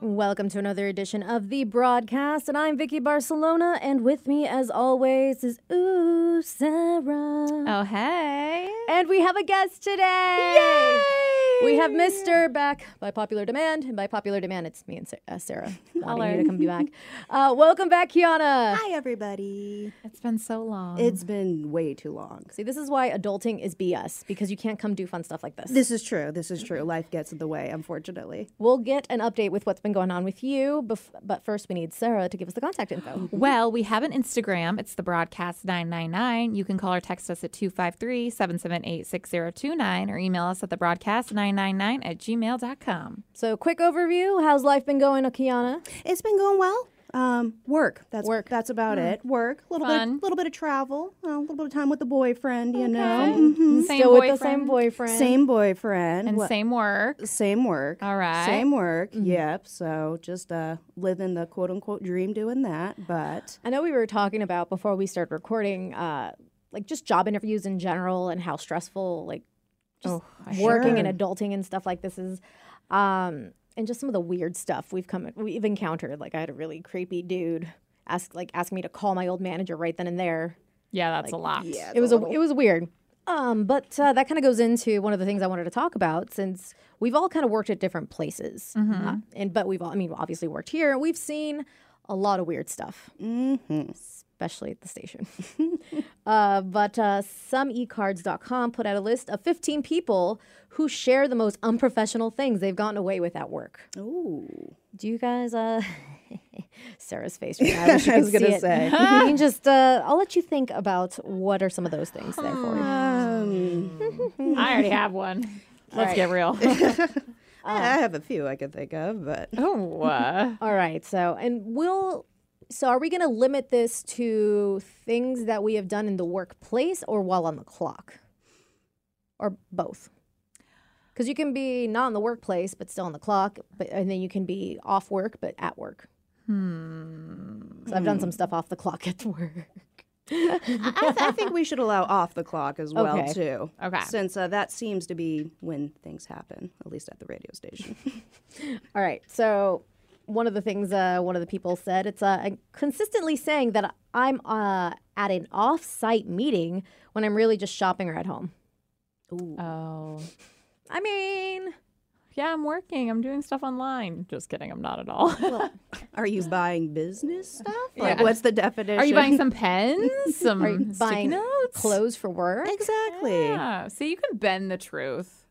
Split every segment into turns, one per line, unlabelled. Welcome to another edition of the broadcast, and I'm Vicky Barcelona, and with me, as always, is Ooh Sarah,
Oh, hey.
and we have a guest today. We have Mister back by popular demand, and by popular demand, it's me and Sa- uh, Sarah. Wanting you to come back. Uh, welcome back, Kiana.
Hi, everybody.
It's been so long.
It's been way too long.
See, this is why adulting is BS because you can't come do fun stuff like this.
This is true. This is true. Life gets in the way, unfortunately.
We'll get an update with what's been going on with you, bef- but first we need Sarah to give us the contact info.
well, we have an Instagram. It's the broadcast 999. You can call or text us at 253 778 6029 or email us at the broadcast 999 at gmail.com.
So, quick overview: How's life been going, Kiana?
It's been going well. Um, work. That's
Work.
That's about it. Work. A little
Fun.
bit. Little bit of travel. A little bit of time with the boyfriend. You know. Mhm.
Same
Still
boyfriend
with the same boyfriend.
Same boyfriend.
and
What-
same work.
Same work.
All right.
Same work. Yep. So just uh, living the quote unquote dream doing that. But
I know we were talking about before we started recording, uh, like just job interviews in general and how stressful like just
I
working and
Sure.
adulting and stuff like this is, um, and just some of the weird stuff we've come we've encountered. Like I had a really creepy dude ask like ask me to call my old manager right then and there.
Yeah, that's a lot.
yeah.
it was a, it was weird. Um, but uh, that kind of goes into one of the things I wanted to talk about since we've all kind of worked at different places, Uh, and but we've all, I mean obviously worked here and we've seen a lot of weird stuff, especially at the station. uh, but uh, someecards.com put out a list of 15 people who share the most unprofessional things they've gotten away with at work.
ooh.
Do you guys? Uh, Sarah's face. Right now, I, wish you
I
could
was gonna
see it.
say.
you can just. Uh, I'll let you think about what are some of those things there for.
Hmm.
you.
Um,
I already have one. Let's get real.
I I have a few I can think of, but
oh, uh,
All right. So, and we'll. So, are we going to limit this to things that we have done in the workplace or while on the clock, or both? Because you can be not in the workplace but still on the clock, but and then you can be off work but at work. Hmm. So I've done some stuff off the clock at work.
I, I think we should allow off the clock as well
Okay.
too.
Okay.
Since uh, that seems to be when things happen, at least at the radio station.
All right. So one of the things uh, one of the people said it's uh, I'm consistently saying that I'm uh, at an off-site meeting when I'm really just shopping or at home.
oh.
I mean,
Yeah, I'm working. I'm doing stuff online. Just kidding. I'm not at all.
Are you buying business stuff?
Yeah.
Like, what's the definition?
Are you buying some pens? Some
are you
sticky
buying
notes?
clothes for work?
Exactly.
Yeah. So you can bend the truth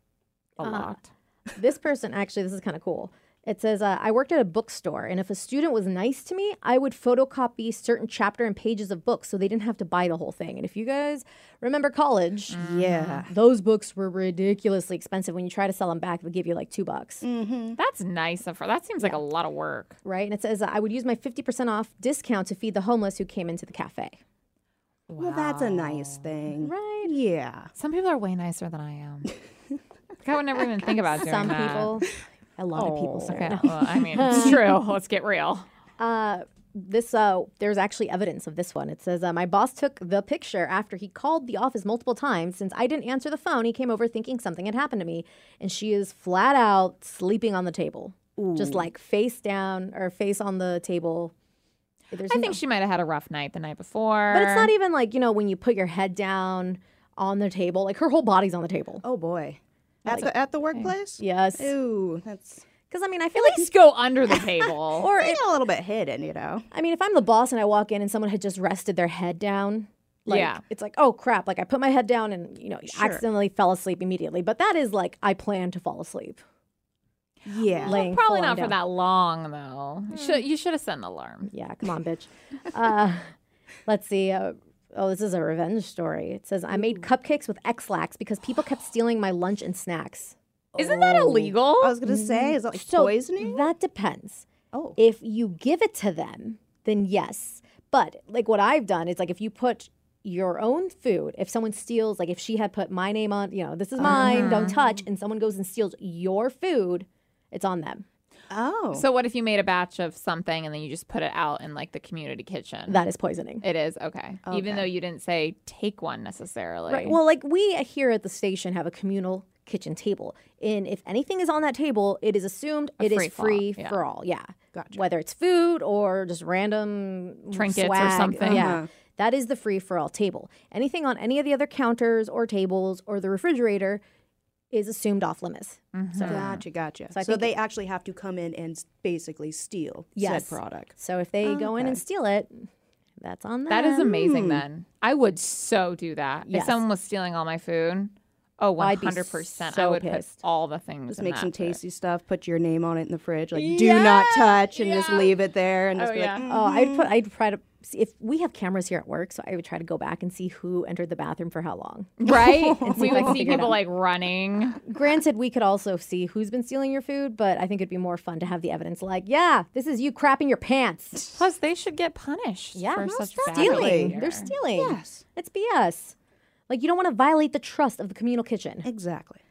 a lot.
this person actually, this is kind of cool. It says, uh, I worked at a bookstore, and if a student was nice to me, I would photocopy certain chapter and pages of books so they didn't have to buy the whole thing. And if you guys remember college,
Mm.
Yeah.
those books were ridiculously expensive. When you try to sell them back, they give you like two bucks.
Mm. That's nice of her. That seems like a lot of work.
right? And it says, I would use my 50% off discount to feed the homeless who came into the cafe.
Well, that's a nice thing.
Right.
Yeah.
Some people are way nicer than I am. Like, I would never even think about doing
Some
that.
people, a lot of people, sorry.
Okay. Well, I mean, it's true. Let's get real.
Uh, this, uh, there's actually evidence of this one. It says, uh, My boss took the picture after he called the office multiple times. Since I didn't answer the phone, he came over thinking something had happened to me. And she is flat out sleeping on the table, just like face down or face on the table. There's
I
no-
think she might have had a rough night the night before.
But it's not even like, you know, when you put your head down on the table, like her whole body's on the table.
Oh boy. At the at the workplace.
Yes.
Ooh, that's
Because I mean, I feel
At
like,
least go under the table.
or
a little bit hidden, you know.
I mean, if I'm the boss and I walk in and someone had just rested their head down, like
Yeah.
it's like, oh crap! Like I put my head down and you know
Sure.
accidentally fell asleep immediately. But that is like I plan to fall asleep.
Yeah.
Like- laying
Probably
full
not
on
for that long though. You Should you should have set an alarm.
Yeah, come on, bitch. uh, let's see. Uh, oh, this is a revenge story. It says I made cupcakes with X-Lax because people kept stealing my lunch and snacks.
Isn't that illegal?
Oh. I was gonna say, is that like
So
poisoning?
That depends.
Oh.
If you give it to them, then yes. But like what I've done is like if you put your own food, if someone steals, like if she had put my name on, you know, this is mine, don't touch, and someone goes and steals your food, it's on them.
Oh.
So what if you made a batch of something and then you just put it out in like the community kitchen?
That is poisoning.
it is Oh, okay. Even though you didn't say take one necessarily.
Right. Well, like we here at the station have a communal kitchen table. And if anything is on that table, it is assumed it is
free for all,
free
yeah.
for all. Yeah.
Gotcha.
Whether it's food or just random
Trinkets or
swag.
something.
Yeah. That is the free for all table. Anything on any of the other counters or tables or the refrigerator is assumed off limits.
Gotcha, gotcha.
So
So,
I think
they actually have to come in and s- basically steal
Yes.
said product.
So if they go in and steal it, that's on them.
That is amazing then. I would so do that.
Mm. Yes.
If someone was stealing all my food, oh,
I'd be
100%. I
so
would
pissed.
put all the things
Just
in
make
that
some
tray.
tasty stuff, put your name on it in the fridge, like do not touch, and just leave it there and just
Oh,
be
yeah.
like, "Mm,
Oh, I'd put. I'd try to. See if we have cameras here at work, so I would try to go back and see who entered the bathroom for how long.
Right?
And see
we
if I
would
can
see
figure it
people
out.
like running.
Granted, we could also see who's been stealing your food, but I think it'd be more fun to have the evidence. Like, yeah, this is you crapping your pants.
Plus, they should get punished
Yeah,
for
no,
such bad
stealing.
behavior.
They're stealing.
Yes.
it's BS. Like, you don't want to violate the trust of the communal kitchen.
"Mm, Exactly.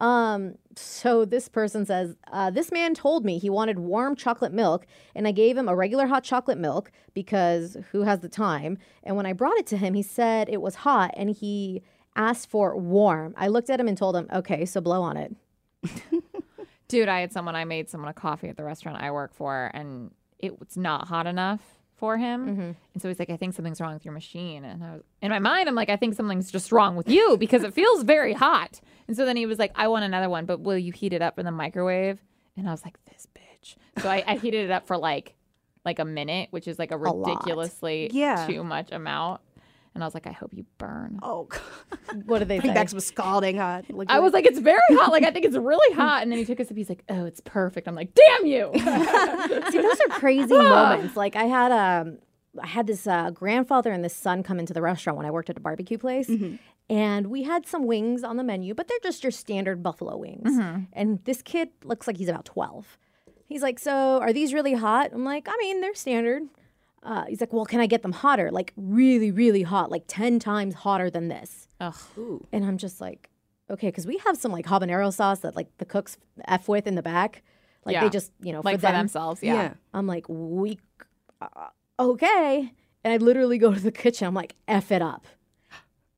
Um, so this person says, uh, this man told me he wanted warm chocolate milk, and I gave him a regular hot chocolate milk because who has the time? And when I brought it to him, he said it was hot, and he asked for warm. I looked at him and told him, okay, so blow on it.
Dude, I had someone, I made someone a coffee at the restaurant I work for, and it was not hot enough for him. And so he's like, I think something's wrong with your machine. And I was, in my mind, I'm like, I think something's just wrong with you because it feels very hot. And so then he was like, I want another one, but will you heat it up in the microwave? And I was like, this bitch. So I, I heated it up for like, like a minute, which is like a
lot.
ridiculously
Yeah.
too much amount. And I was like, I hope you burn.
Oh,
What did they
bring
say?
back some scalding hot. liquid.
I was like, it's very hot. Like, I think it's really hot. And then he took a sip. He's like, oh, it's perfect. I'm like, damn you.
See, those are crazy moments. Like I had um, I had this uh, grandfather and this son come into the restaurant when I worked at a barbecue place,
Mm-hmm.
and we had some wings on the menu, but they're just your standard buffalo wings.
Mm-hmm.
And this kid looks like he's about twelve. He's like, "So are these really hot?" I'm like, "I mean, they're standard." Uh, he's like, "Well, can I get them hotter? Like really, really hot, like ten times hotter than this?"
Ugh.
And I'm just like, okay, because we have some like habanero sauce that like the cooks f with in the back, like
Yeah.
they just you know
Like
for
for
them.
themselves. Yeah.
yeah.
I'm like, we, uh, okay. And I literally go to the kitchen. I'm like, F it up.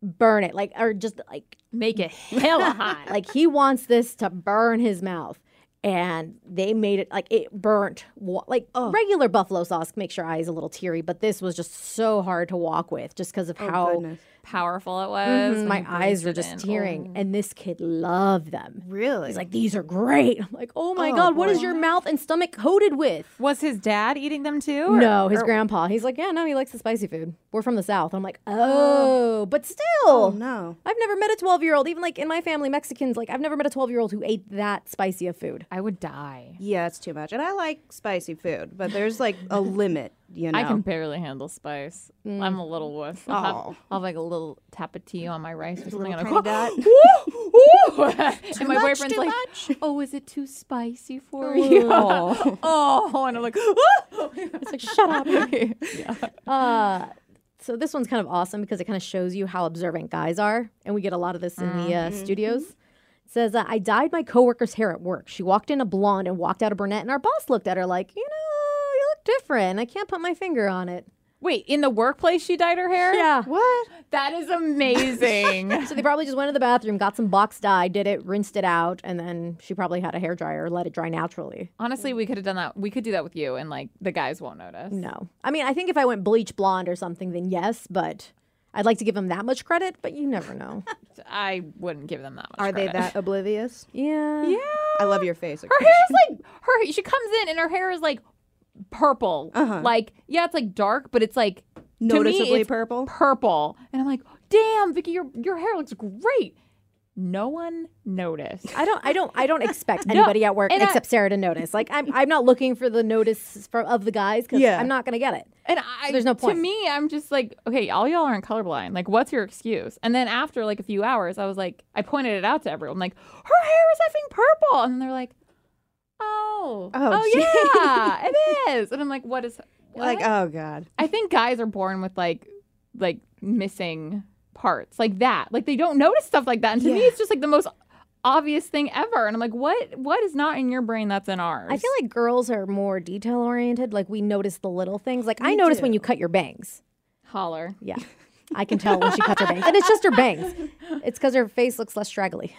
Burn it. Like, or just like,
Make it
Mm-hmm.
hella hot.
like he wants this to burn his mouth. And they made it like it burnt. wa- Like
Oh.
regular buffalo sauce makes your eyes a little teary, but this was just so hard to walk with just because of how
Oh, goodness. Mm-hmm.
Powerful it was. when
Mm-hmm. my
you
eyes
breathed
were
it Oh. in.
just tearing. And this kid loved them.
Oh. Really?
He's like, these are great. I'm like, oh my
Oh,
God, what
boy.
is your mouth and stomach coated with?
Oh. Was his dad eating them too? or-
No, his
or-
grandpa. He's like, yeah, no, he likes the spicy food. We're from the South. I'm like, oh, but still.
oh no.
I've never met a 12 year old, even like in my family, Mexicans, like I've never met a 12 year old who ate that spicy of food.
I would die.
Yeah, it's too much. And I like spicy food, but there's like a limit, you know.
I can barely handle spice. I'm a
Mm.
little wuss. I'll have, I'll have like a little tapatio on my rice or something. and
tiny
I'll go,
dot.
Ooh, ooh. and my
much,
boyfriend's
too
like,
much.
"Oh, is it too spicy for you?" Oh, and I'm like, "It's like shut up."
Uh, so this one's kind of awesome because it kind of shows you how observant guys are. And we get a lot of this in the uh, studios. It says, uh, I dyed my coworker's hair at work. She walked in a blonde and walked out a brunette. And our boss looked at her like, you know, you look different. I can't put my finger on it.
Wait, in the workplace, she dyed her hair.
Yeah.
What?
that is amazing.
So they probably just went to the bathroom, got some box dye, did it, rinsed it out, and then she probably had a hair dryer, let it dry naturally.
Honestly, we could have done that. We could do that with you, and like the guys won't notice.
No. I mean, I think if I went bleach blonde or something, then yes, but I'd like to give them that much credit, but you never know.
I wouldn't give them that much.
Are they
credit.
that oblivious?
yeah. Yeah.
I love your face.
Her hair is like her. She comes in and her hair is like purple. Like yeah, it's like dark, but it's like to me,
Uh-huh. Noticeably
it's
purple?
Purple, and I'm like, damn, Vicky, your your hair looks great. No one noticed.
I don't I don't I don't expect anybody at work
and I-
except Sarah to notice. Like I'm I'm not looking for the notice for, of the guys cuz
Yeah.
I'm not going to get it.
And I,
there's no point.
To me, I'm just like, okay, all y'all aren't colorblind. Like, what's your excuse? And then after like a few hours, I was like, I pointed it out to everyone. like, her hair is effing purple, and they're like, oh,
Oh,
yeah, it is. And I'm like, what is? What?
Like, oh god.
I think guys are born with like like missing parts like that. Like they don't notice stuff like that. And to me,
Yeah.
it's just like the most obvious thing ever. And I'm like, what what is not in your brain that's in ours?
I feel like girls are more detail oriented, like we notice the little things. Like I notice when you cut your bangs.
holler.
Yeah. I can tell when she cuts her bangs. And it's just her bangs. It's because her face looks less straggly.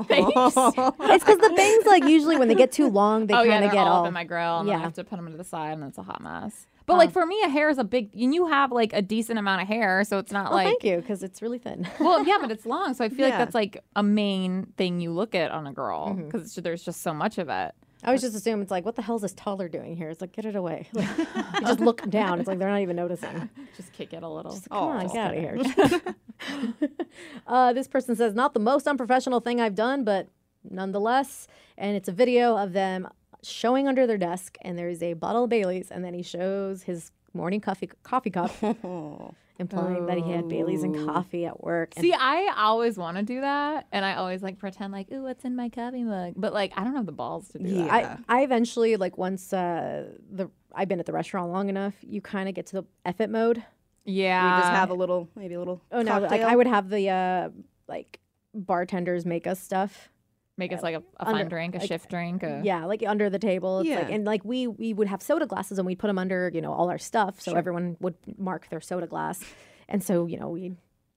It's because the bangs, like, usually when they get too long, they
Oh yeah,
kind
they're
of get
all,
all.
up in my grill, and then I
Yeah.
have to put them to the side, and it's a hot mess. But like for me, a hair is a big, and you have like a decent amount of hair, so it's not
Oh,
like.
thank you, because it's really thin.
well, yeah, but it's long, so I feel like
Yeah.
that's like a main thing you look at on a girl because there's just so much of it.
I always just assume it's like, what the hell is this toddler doing here? It's like, get it away. Like, you just look down. It's like they're not even noticing.
Just kick it a little.
Come on, get out of here. uh, this person says, not the most unprofessional thing I've done, but nonetheless. And it's a video of them showing under their desk, and there is a bottle of Bailey's, and then he shows his morning coffee coffee cup, Oh. implying that he had Bailey's and coffee at work. And
See, I always want to do that, and I always like pretend like, "Ooh, what's in my coffee mug?" But like, I don't have the balls to do that.
I, I eventually like once uh, the I've been at the restaurant long enough, you kind of get to the F it mode.
yeah,
you just have a little, maybe a little.
Oh no! Like I would have the uh, like bartenders make us stuff.
make us like a, a fun
under-
drink, a
like-
shift drink. A,
Yeah, like under the table. It's like
Yeah.
and like we we would have soda glasses and we'd put them under you know all our stuff, so everyone would mark their soda glass, and so you know we would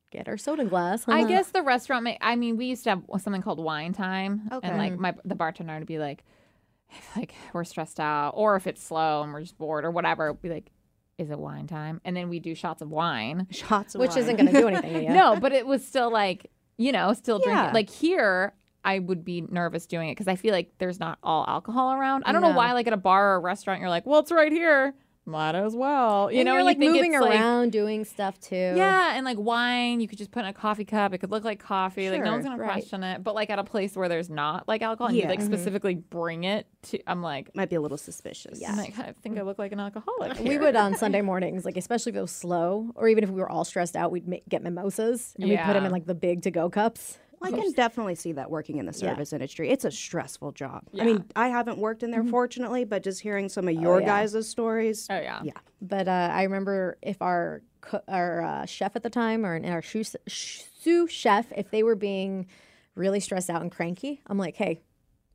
get our soda glass.
I
huh?
guess the restaurant. Ma- I mean, we used to have something called wine time,
Okay.
and like my the bartender would be like, if like we're stressed out, or if it's slow and we're just bored or whatever, be like, is it wine time? And then we do shots of wine.
shots of
which
wine.
isn't going to do anything. to you.
No, but it was still like you know, still drinking.
Yeah.
Like here. I would be nervous doing it because I feel like there's not all alcohol around. I don't know
No.
why, like at a bar or a restaurant, you're like, well, it's right here. Might as well. You
And
know,
you're
you
like
think
moving
it's, like,
around, doing stuff too.
yeah, and like wine, you could just put in a coffee cup. It could look like coffee. like no one's
Sure,
gonna
right. Mm-hmm.
question it. But like at a place where there's not like alcohol, and you
Yeah.
like
Mhm.
specifically bring it to. I'm like,
Might be a little suspicious.
I'm like, I think I look like an alcoholic.
We
here."
would on Sunday mornings, like especially if it was slow, or even if we were all stressed out, we'd ma- get mimosas and we'd put them
Yeah.
in like the big to go cups.
I can definitely see that working in the
Yeah.
service industry. It's a stressful job. I mean, I haven't worked in there fortunately, but just hearing some of your
Mm-hmm. Oh, yeah.
guys' stories.
Oh yeah.
Yeah.
But uh, I remember if our co- our uh, chef at the time or our sous, sous chef, if they were being really stressed out and cranky, I'm like, hey,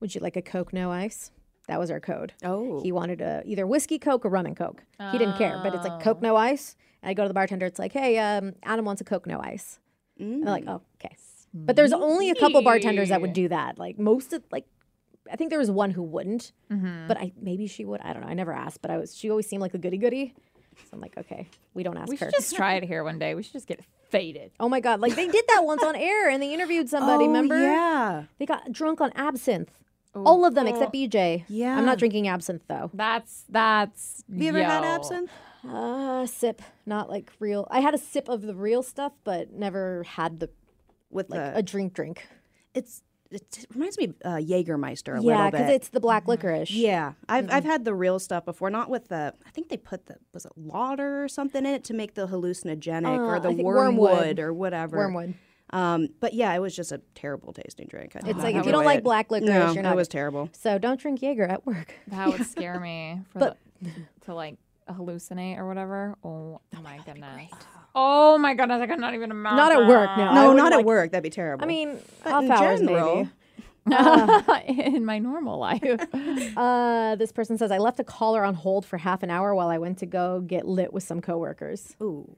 would you like a Coke, no ice? That was our code.
Oh.
He wanted a, either whiskey Coke or rum and Coke. He didn't care, but it's like Coke, no ice. And I go to the bartender, it's like, hey, um, Adam wants a Coke, no ice. And they're like, oh, okay. But there's only a couple bartenders that would do that. Like most of, like, I think there was one who wouldn't, but I maybe she would. I don't know. I never asked, but I was. She always seemed like a goody goody, so I'm like, okay, we don't ask
We
her.
should just try it here one day. We should just get faded.
oh my god, like they did that once on air, and they interviewed somebody.
Oh,
remember?
Yeah.
They got drunk on absinthe. All of them except BJ.
Yeah.
I'm not drinking absinthe though.
That's that's.
Have you ever had
yo.
absinthe?
Uh, sip, not like real. I had a sip of the real stuff, but never had the
With
like
the,
a drink drink.
it's, it's- it reminds me of uh, Jägermeister
Yeah,
a little bit. Mm-hmm.
because it's the black licorice.
yeah, I've, I've had the real stuff before, not with the. I think they put the was it lauder or something in it to make the hallucinogenic
Uh,
or the
I think
wormwood,
wormwood.
or whatever.
Wormwood.
Um, but yeah, it was just a terrible tasting drink. Uh-huh. I did
It's
not
like if you
enjoy
don't like
it.
black licorice,
no,
you're not.
It was terrible.
So don't drink Jaeger at work.
That would scare me. For
But-
the, to like hallucinate or whatever. Oh, my goodness. Oh my goodness! I could not even imagine.
Not at work, no. I
No,
wouldn't
not
like-
at work. That'd be terrible.
I mean,
But
off
in
hours
general-
maybe.
in my normal life.
Uh, this person says I left a caller on hold for half an hour while I went to go get lit with some coworkers.
ooh,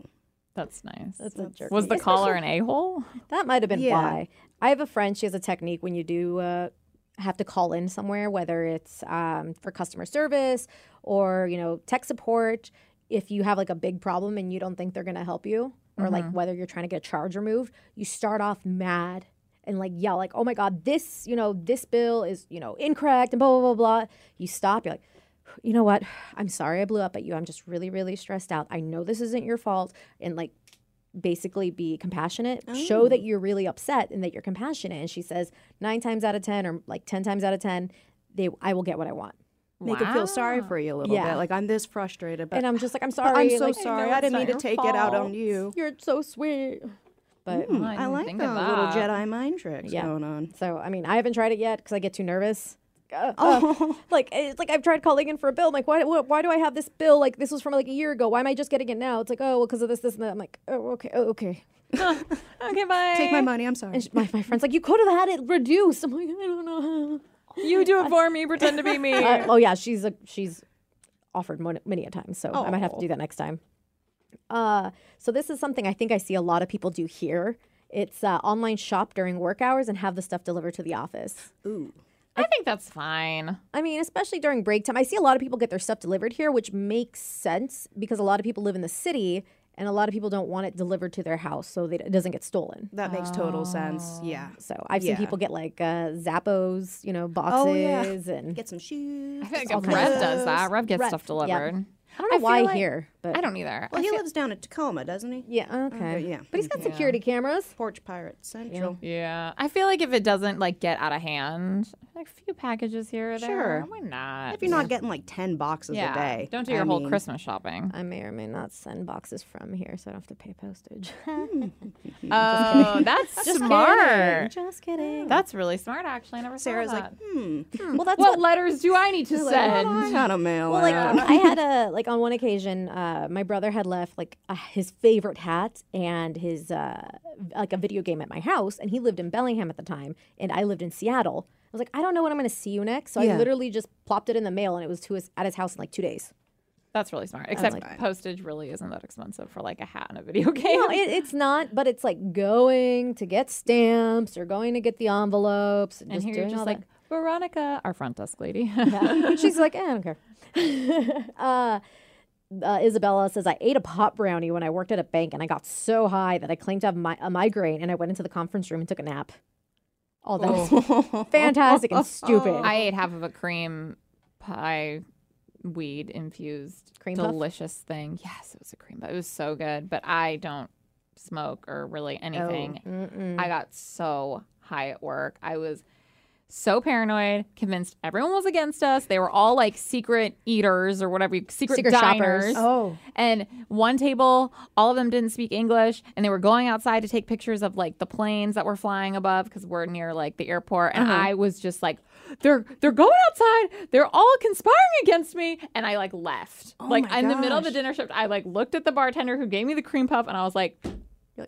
That's nice.
That's a jerk.
was the
move.
caller an a hole?
That might have been
Yeah.
why. I have a friend. She has a technique when you do uh, have to call in somewhere, whether it's um, for customer service or you know tech support. If you have like a big problem and you don't think they're gonna help you, or like whether you're trying to get a charge removed, you start off mad and like yell like, "Oh my god, this you know this bill is you know incorrect and blah blah blah blah." You stop. You're like. You know what? I'm sorry I blew up at you. I'm just really, really stressed out. I know this isn't your fault. And like basically be compassionate show
Oh.
that you're really upset and that you're compassionate and she says nine times out of ten or like ten times out of ten they i will get what i want
make them feel sorry
Wow.
for you a little
Yeah.
bit. Like I'm this frustrated, but
and i'm just like i'm sorry
but I'm so
like,
know
sorry. I
it's
didn't
not
mean to
your
take it out
fault.
on you.
you're so sweet but
Hmm, I
I
didn't
like
think
the
of
little
that.
Jedi mind tricks
Yeah.
going on.
so i mean i haven't tried it yet because i get too nervous Uh, uh,
Oh.
like it's like I've tried calling in for a bill. I'm like, why, why? Why do I have this bill? Like this was from like a year ago. Why am I just getting it now? It's like, oh, well, because of this, this, and that. I'm like, oh, okay, oh, okay.
Okay, bye.
Take my money. I'm sorry.
And she, my my friend's like, you could have had it reduced. I'm like, I don't know.
You do it for me. Pretend to be me.
Uh, oh yeah, she's a she's offered mon- many a time, so I might have to do that next time. Uh, so this is something I think I see a lot of people do here. It's uh, online shop during work hours and have the stuff delivered to the office.
Ooh.
I think that's fine.
I mean, especially during break time, I see a lot of people get their stuff delivered here, which makes sense because a lot of people live in the city and a lot of people don't want it delivered to their house so that it doesn't get stolen.
That makes total sense. Yeah.
So I've seen
Yeah.
people get like uh, Zappos, you know, boxes and
Get some shoes.
I feel like
all
if
kinds
Rev
of
does that, Rev gets
Rev,
stuff
yeah.
delivered.
I don't know
I
why
feel like-
here, but
I don't either.
Well,
I
he
feel-
lives down in Tacoma, doesn't he?
yeah, okay.
yeah.
But he's got security cameras.
Porch Pirate Central.
yeah, I feel like if it doesn't like get out of hand, like a few packages here or there.
Sure.
why not?
If you're not getting like 10 boxes
yeah,
a day.
don't do your
I
whole
mean,
Christmas shopping.
I may or may not send boxes from here, so I don't have to pay postage.
Oh, that's
Kidding,
smart.
Just kidding.
That's really smart, actually. I never
Sarah's
saw
like,
that.
hmm.
Well, that's
what,
what.
letters do I need to
Like,
send?
I gotta mail
Well, like
it.
I had a like on one occasion, uh, my brother had left like uh, his favorite hat and his uh, like a video game at my house, and he lived in Bellingham at the time, and I lived in Seattle. I was like, I don't know when I'm going to see you next, so I
Yeah.
literally just plopped it in the mail, and it was to his at his house in like two days.
That's really smart. Except postage really isn't that expensive for like a hat and a video game.
No, it, it's not, but it's like going to get stamps or going to get the envelopes and,
and
just
here you're
doing all
just
that.
like Veronica, our front desk lady.
Yeah. She's like, eh, I don't care. uh, uh, Isabella says, I ate a pot brownie when I worked at a bank and I got so high that I claimed to have mi- a migraine and I went into the conference room and took a nap. Oh, that is fantastic and stupid.
I ate half of a cream pie weed infused
Cream puff?
delicious thing. Yes, it was a cream pie. It was so good, but I don't smoke or really
Oh.
anything.
Mm-mm.
I got so high at work. I was so paranoid, convinced everyone was against us. They were all like secret eaters or whatever, you- secret,
Secret shoppers.
diners.
oh.
And one table, all of them didn't speak English, and they were going outside to take pictures of like the planes that were flying above because we're near like the airport. And I was just like, they're they're going outside. They're all conspiring against me. And I like left. like
my
in the middle of the
gosh.
dinner shift, I like looked at the bartender who gave me the cream puff, and I was like.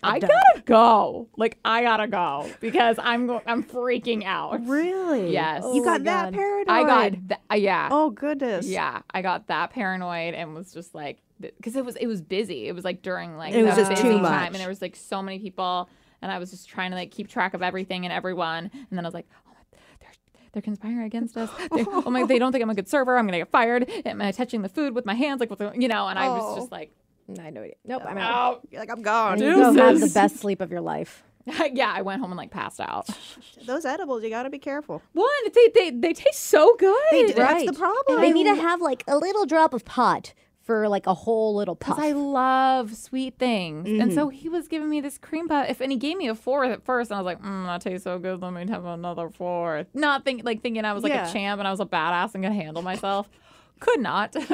I
done.
gotta go. Like I gotta go because I'm go- I'm freaking out.
Really?
Yes.
You
Oh
got
my
that
God.
paranoid.
I got th- uh, yeah.
Oh, goodness.
Yeah, I got that paranoid and was just like, because it was it was busy. It was like during like
It was
the
just
busy
too much.
time, and there was like so many people, and I was just trying to like keep track of everything and everyone. And then I was like, oh, my- they're they're conspiring against us. They're, oh my, they don't think I'm a good server. I'm gonna get fired. Am I touching the food with my hands? Like, what's going-" you know? And I was
Oh.
just like,
I know it. Nope, I'm out.
oh,
You're like, I'm gone.
And you go have the
deuces.
best sleep of your life.
yeah. I went home and like passed out.
Those edibles, you gotta be careful.
One, they they they taste so good.
They do. That's
Right.
the problem.
And they need to have like a little drop of pot for like a whole little puff.
I love sweet things. And so he was giving me this cream puff. If and he gave me a fourth at first, and I was like, mm, that tastes so good. Let me have another fourth. Not think like thinking I was like
Yeah.
a champ and I was a badass and gonna handle myself. Could not.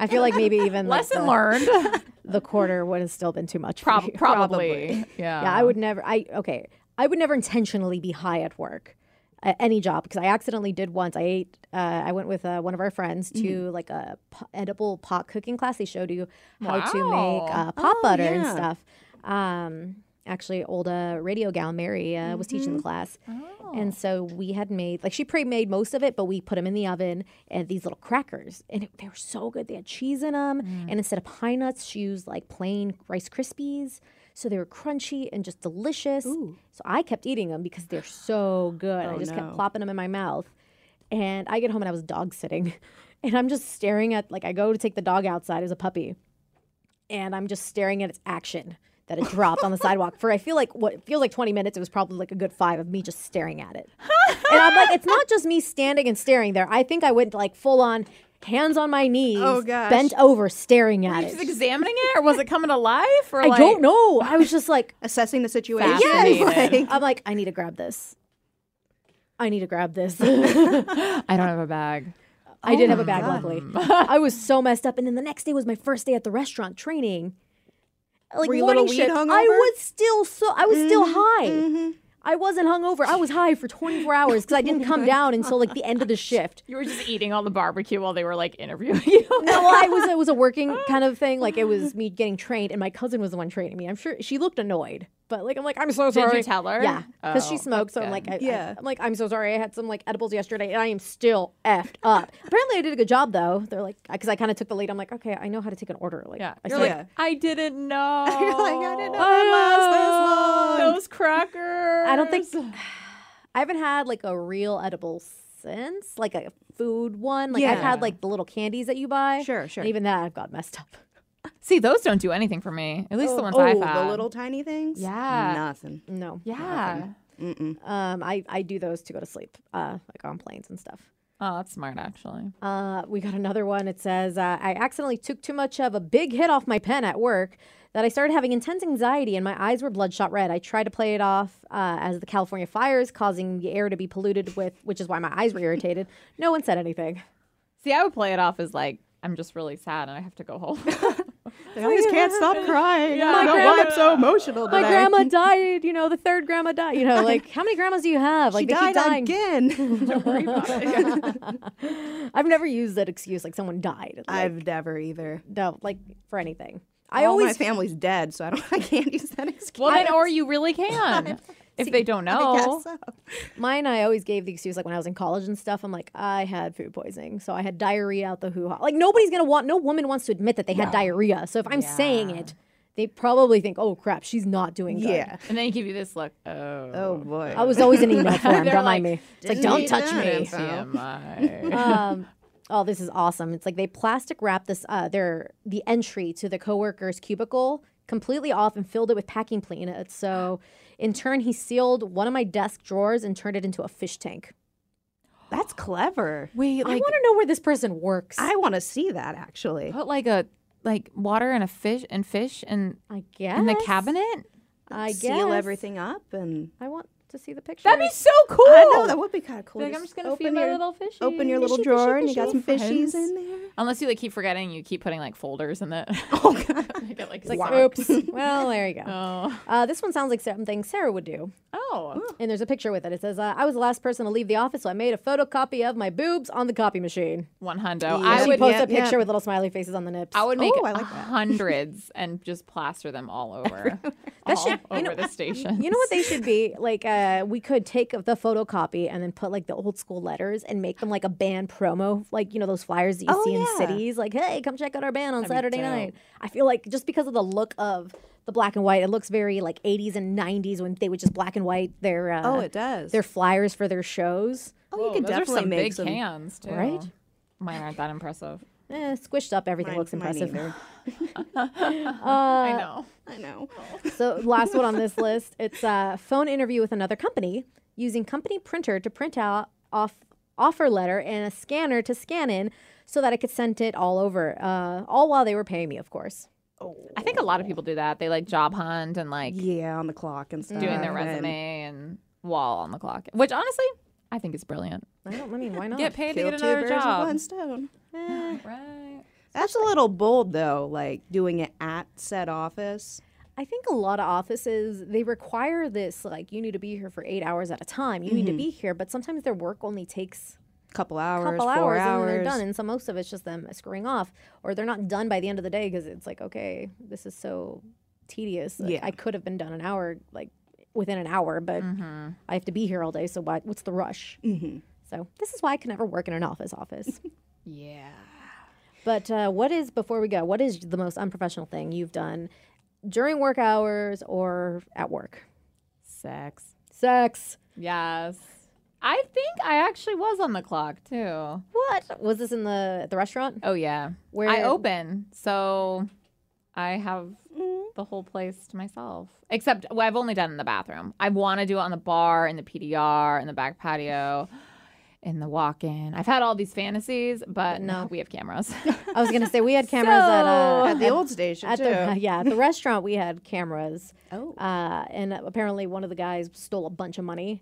I feel like maybe even like,
Lesson
the-
learned.
The quarter would have still been too much. for
Prob-
you.
probably. Yeah.
Yeah, I would never. I okay. I would never intentionally be high at work, at any job, because I accidentally did once. I ate. Uh, I went with uh, one of our friends to like a po- edible pot cooking class. They showed you how to
Wow.
make uh, pot butter and
yeah.
stuff. Um, actually, old uh, radio gal Mary uh, was teaching the class, and so we had made like she pre-made most of it, but we put them in the oven and these little crackers, and it, they were so good. They had cheese in them, and instead of pine nuts, she used like plain Rice Krispies. So they were crunchy and just delicious. So I kept eating them because they're so good. I just kept
no.
plopping them in my mouth. And I get home and I was dog sitting. And I'm just staring at, like, I go to take the dog outside. It was a puppy. And I'm just staring at its action that it dropped on the sidewalk for, I feel like, what feels like 20 minutes. It was probably like a good five of me just staring at it. and I'm like, it's not just me standing and staring there. I think I went like full on hands on my knees,
Oh, gosh.
bent over, staring at
Just
it.
examining it, or was it coming to life? Or
I
like,
don't know. I was just like,
Assessing the situation.
Fascinated.
Yes, like-
I'm like, I need to grab this. I need to grab this.
I don't have a bag.
I did have
Oh
a bag, luckily. I was so messed up. And then the next day was my first day at the restaurant training. Like
Were you a
morning
little weed
shift. I
hungover? Mm-hmm,
was still so I was still high. I wasn't hungover. I was high for 24 hours because I didn't come down until like the end of the shift.
You were just eating all the barbecue while they were like interviewing you.
No, well, I was it was a working kind of thing. Like it was me getting trained, and my cousin was the one training me. I'm sure she looked annoyed, but like I'm like I'm so
Did
sorry.
you tell her?
Yeah, because she
Oh,
smoked. So
that's
I'm like,
good.
I,
Yeah.
I, am like, I'm so sorry. I had some like edibles yesterday, and I am still effed up. Apparently, I did a good job though. They're like, because I kind of took the lead. I'm like, okay, I know how to take an order. Like,
yeah.
I
You're
still-
like,
Yeah.
I didn't know.
You're like, "I didn't know
Oh,
that lasts this long."
Those crackers.
I don't think I haven't had like a real edible since, like a food one. Like I've
Yeah.
had like the little candies that you buy.
Sure, sure.
And even that I've got messed up.
See, those don't do anything for me. At least the ones
oh,
I've
the
had.
little tiny things.
Yeah.
nothing.
No.
yeah.
Mm-mm.
Um, I, I do those to go to sleep, uh, like on planes and stuff.
Oh, that's smart, actually.
Uh, we got another one. It says, uh, I accidentally took too much of a big hit off my pen at work that I started having intense anxiety and my eyes were bloodshot red. I tried to play it off uh, as the California fires causing the air to be polluted with, which is why my eyes were irritated. No one said anything.
See, I would play it off as like I'm just really sad and I have to go home.
I just can't stop crying.
Yeah.
I
My
don't know why I'm so emotional
My
today.
grandma died, you know, the third grandma died. You know, like, how many grandmas do you have? Like,
She
they keep
died
dying.
again.
I've never used that excuse, like, someone died. Like,
I've never either.
no, like, for anything. I
All
always
my family's dead, so I don't. I can't use that excuse.
well, then, or you really can if they don't know.
I guess so.
Mine, I always gave the excuse like when I was in college and stuff. I'm like, I had food poisoning, so I had diarrhea out the hoo ha. Like nobody's gonna want, no woman wants to admit that they had diarrhea. So if I'm saying it, they probably think, oh crap, she's not doing good.
Yeah.
And they give you this look. Oh,
Oh boy.
I was always an email form.
They're
don't mind
like,
me. It's like,
"Didn't
don't
need
touch
that
me.
info."
TMI.
um, oh, this is awesome. It's like they plastic wrap this uh, their the entry to the coworker's cubicle completely off and filled it with packing peanuts. So in turn, he sealed one of my desk drawers and turned it into a fish tank.
That's clever.
Wait,
I
like
want to know where this person works.
I want to see that actually.
put like a like water and a fish and fish and
I guess
in the cabinet.
I guess
Seal everything up and.
I want to see the picture.
That'd be so cool.
I know that would be kind of cool.
Like, I'm just gonna feed
open
my
your-
little fish.
Open your little
fishy,
drawer and you got some
fishy.
fishies
Friends.
in there.
Unless you like keep forgetting, you keep putting like folders in the.
Oh god.
You get, like,
It's like,
sock.
oops. well, there you go.
Oh.
Uh, this one sounds like something Sarah would do.
Oh.
And there's a picture with it. It says, uh, I was the last person to leave the office, so I made a photocopy of my boobs on the copy machine.
One hundo.
Yeah.
I
she
would.
post
yeah,
a picture
yeah.
with little smiley faces on the nips.
I would make
Ooh, I like that.
hundreds and just plaster them all over, all
should- you
over
know-
the station.
you know what they should be? Like, uh, we could take the photocopy and then put like the old school letters and make them like a band promo, like, you know, those flyers that you
Oh,
see in
yeah.
cities. Like, hey, come check out our band on Saturday
dope.
night. I feel like just because of the look of the black and white, it looks very like 80s and 90s when they would just black and white their. Uh,
Oh, it does.
their flyers for their shows.
oh,
Whoa,
you could
those are
definitely
some
make
big
some.
cans too.
Right?
Mine aren't that impressive.
Eh, squished up, everything
Mine-
looks
mine
impressive.
either.
I know.
I know.
so last one on this list, it's a phone interview with another company using company printer to print out off offer letter and a scanner to scan in so that I could send it all over. Uh, all while they were paying me, of course.
I think a lot of people do that. They like job hunt and like
Yeah, on the clock and stuff.
doing their
and-
resume and wall on the clock, which honestly I think is brilliant.
I don't. I mean, why not?
Get paid to
Kill
get
two
another
birds with
job. Eh.
one stone.
Right.
That's a little bold though, like doing it at said office.
I think a lot of offices they require this. Like, you need to be here for eight hours at a time. You need to be here, but sometimes their work only takes
Couple hours,
couple
four
hours,
hours.
and then they're done. And so most of it's just them screwing off, or they're not done by the end of the day because it's like, okay, this is so tedious. Like,
Yeah.
I could have been done an hour, like within an hour, but
Mm-hmm.
I have to be here all day. So why, what's the rush?
Mhm.
So this is why I can never work in an office office.
Yeah.
but uh, what is before we go? What is the most unprofessional thing you've done during work hours or at work?
Sex.
Sex.
Yes. I think I actually was on the clock too.
What was this in the at the restaurant?
Oh yeah.
Where-
I open, so I have the whole place to myself. Except well, I've only done it in the bathroom. I want to do it on the bar, in the PDR, in the back patio, in the walk-in. I've had all these fantasies, but no,
No.
we have cameras.
I was gonna say we had cameras at, uh,
At the old station
at
too.
the yeah at the restaurant we had cameras
oh,
uh, and apparently one of the guys stole a bunch of money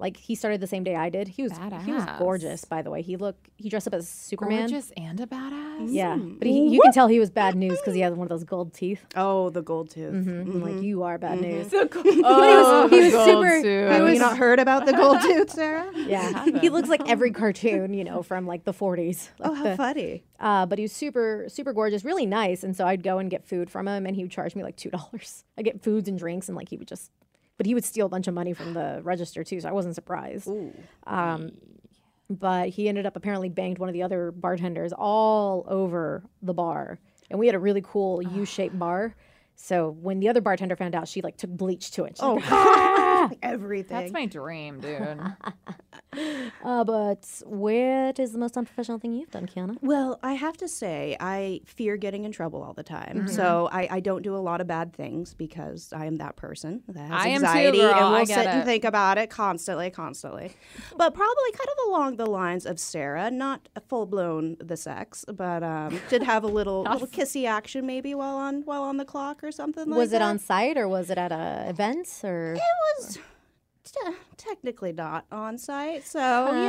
Like he started the same day I did. He was he was
Badass.
gorgeous, by the way. He looked he dressed up as Superman.
Gorgeous Hmm. and a badass.
Yeah, but he, you can tell he was bad news because he had one of those gold teeth.
Oh, the gold tooth.
Mhm. I'm
Mm-hmm.
like you are bad news.
Oh,
he was
gold
super-
suit.
he
Have
was-
you not heard about the gold tooth, Sarah?
Yeah, he looks like every cartoon, you know, from like the 40s. Like
Oh, how
the-
funny.
uh, but he was super, super gorgeous, really nice. And so I'd go and get food from him, and he would charge me like two dollars. I get foods and drinks, and like he would just, but he would steal a bunch of money from the register too. So I wasn't surprised. Um, but he ended up apparently banged one of the other bartenders all over the bar, and we had a really cool
Ah.
U-shaped bar. So when the other bartender found out, she like took bleach to it. She's
Oh.
like,
Everything.
That's my dream, dude.
uh, but what is the most unprofessional thing you've done, Kiana?
Well, I have to say, I fear getting in trouble all the time.
Mm-hmm.
So I, I don't do a lot of bad things because I am that person that has
I am too,
anxiety
girl.
and
I
will
get
sit and
it.
think about it constantly, constantly. But probably kind of along the lines of Sarah, not full blown the sex, but um, did have a little little kissy action maybe while on while on the clock or something like
was
that.
it on site or was it at a event or?
It was te- technically not on site, so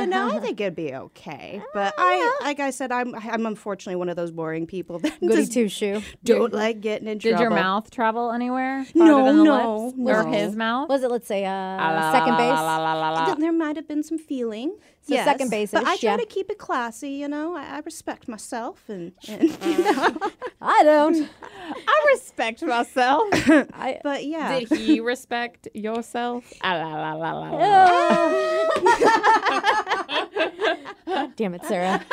you know I think it'd be okay.
Uh,
But I, like I said, I'm I'm unfortunately one of those boring people that
Goody
just
two shoe.
don't like getting in
Did
trouble.
your mouth travel anywhere?
No,
farther than the
no,
lips?
no.
Or his mouth?
Was it let's say uh,
Ah, La, la,
second
la,
base?
la, la, la, la, la.
Th- There might have been some feeling.
So
yes,
second base-ish,
But I try
yeah.
to keep it classy, you know. I, I respect myself and, and you know.
I don't.
I respect myself.
I,
But yeah.
Did he respect yourself? Ah, la, la, la, la, la, la.
God Oh. damn it, Sarah.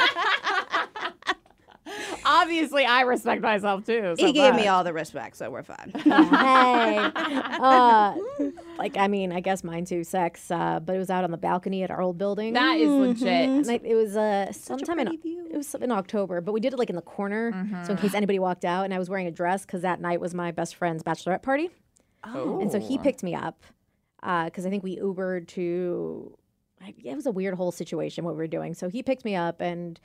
Obviously, I respect myself too. so
he gave me
fuck.
all the respect, so we're fine.
hey. Uh, like I mean, I guess mine too. Sex, uh, but it was out on the balcony at our old building.
That is legit.
And I- it was uh, sometime in
pretty view.
it was some- in October, but we did it like in the corner, so
Mm-hmm.
in case anybody walked out. And I was wearing a dress because that night was my best friend's bachelorette party, and so he picked me up because I think we Ubered to. I- It was a weird whole situation what we were doing. So he picked me up and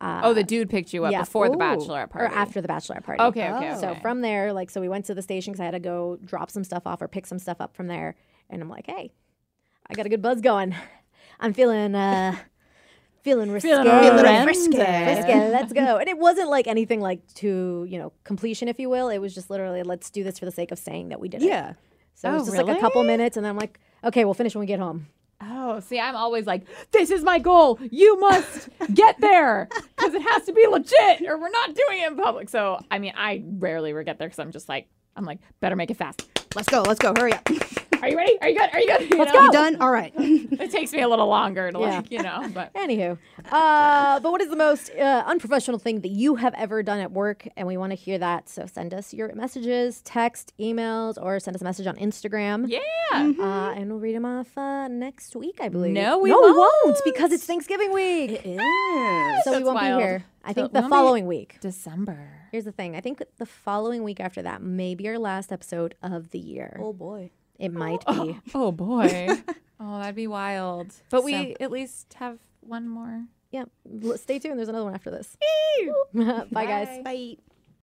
uh,
oh, the dude picked you up before the
Ooh.
bachelorette party.
or after the bachelorette party.
Okay, okay, okay.
So from there, like, so we went to the station because I had to go drop some stuff off or pick some stuff up from there, and I'm like, hey, I got a good buzz going. I'm feeling, uh, feeling risque,
Feeling
risque,
Lorenzo.
risque, Let's go. And it wasn't like anything like to you know completion, if you will. It was just literally let's do this for the sake of saying that we did it.
yeah.
So it was
Oh,
just like a couple minutes, and then I'm like, okay, we'll finish when we get home.
Oh, see, I'm always like, this is my goal. You must get there because it has to be legit or we're not doing it in public. So, I mean, I rarely ever get there because I'm just like, I'm like, better make it fast.
Let's go. Let's go. Hurry up. You
Are you ready? Are you good? Are you good? You know?
done? All right.
It takes me a little longer to
Yeah.
like, you know, but
Anywho, uh, but what is the most uh, unprofessional thing that you have ever done at work? And we want to hear that. So send us your messages, text, emails, or send us a message on Instagram.
yeah.
Uh, and we'll read them off uh, next week, I believe.
No, we
no, we won't
won't.
because it's Thanksgiving week.
Yes.
so we
That's
won't
wild.
be here. I
So
think the
we'll be-
following week.
December.
Here's the thing. I think the following week after that may be our last episode of the year.
Oh boy.
It might be.
Oh, boy. oh, that'd be wild. But we at least have one more.
Yeah. L- Stay tuned. There's another one after this. Bye, guys.
Bye.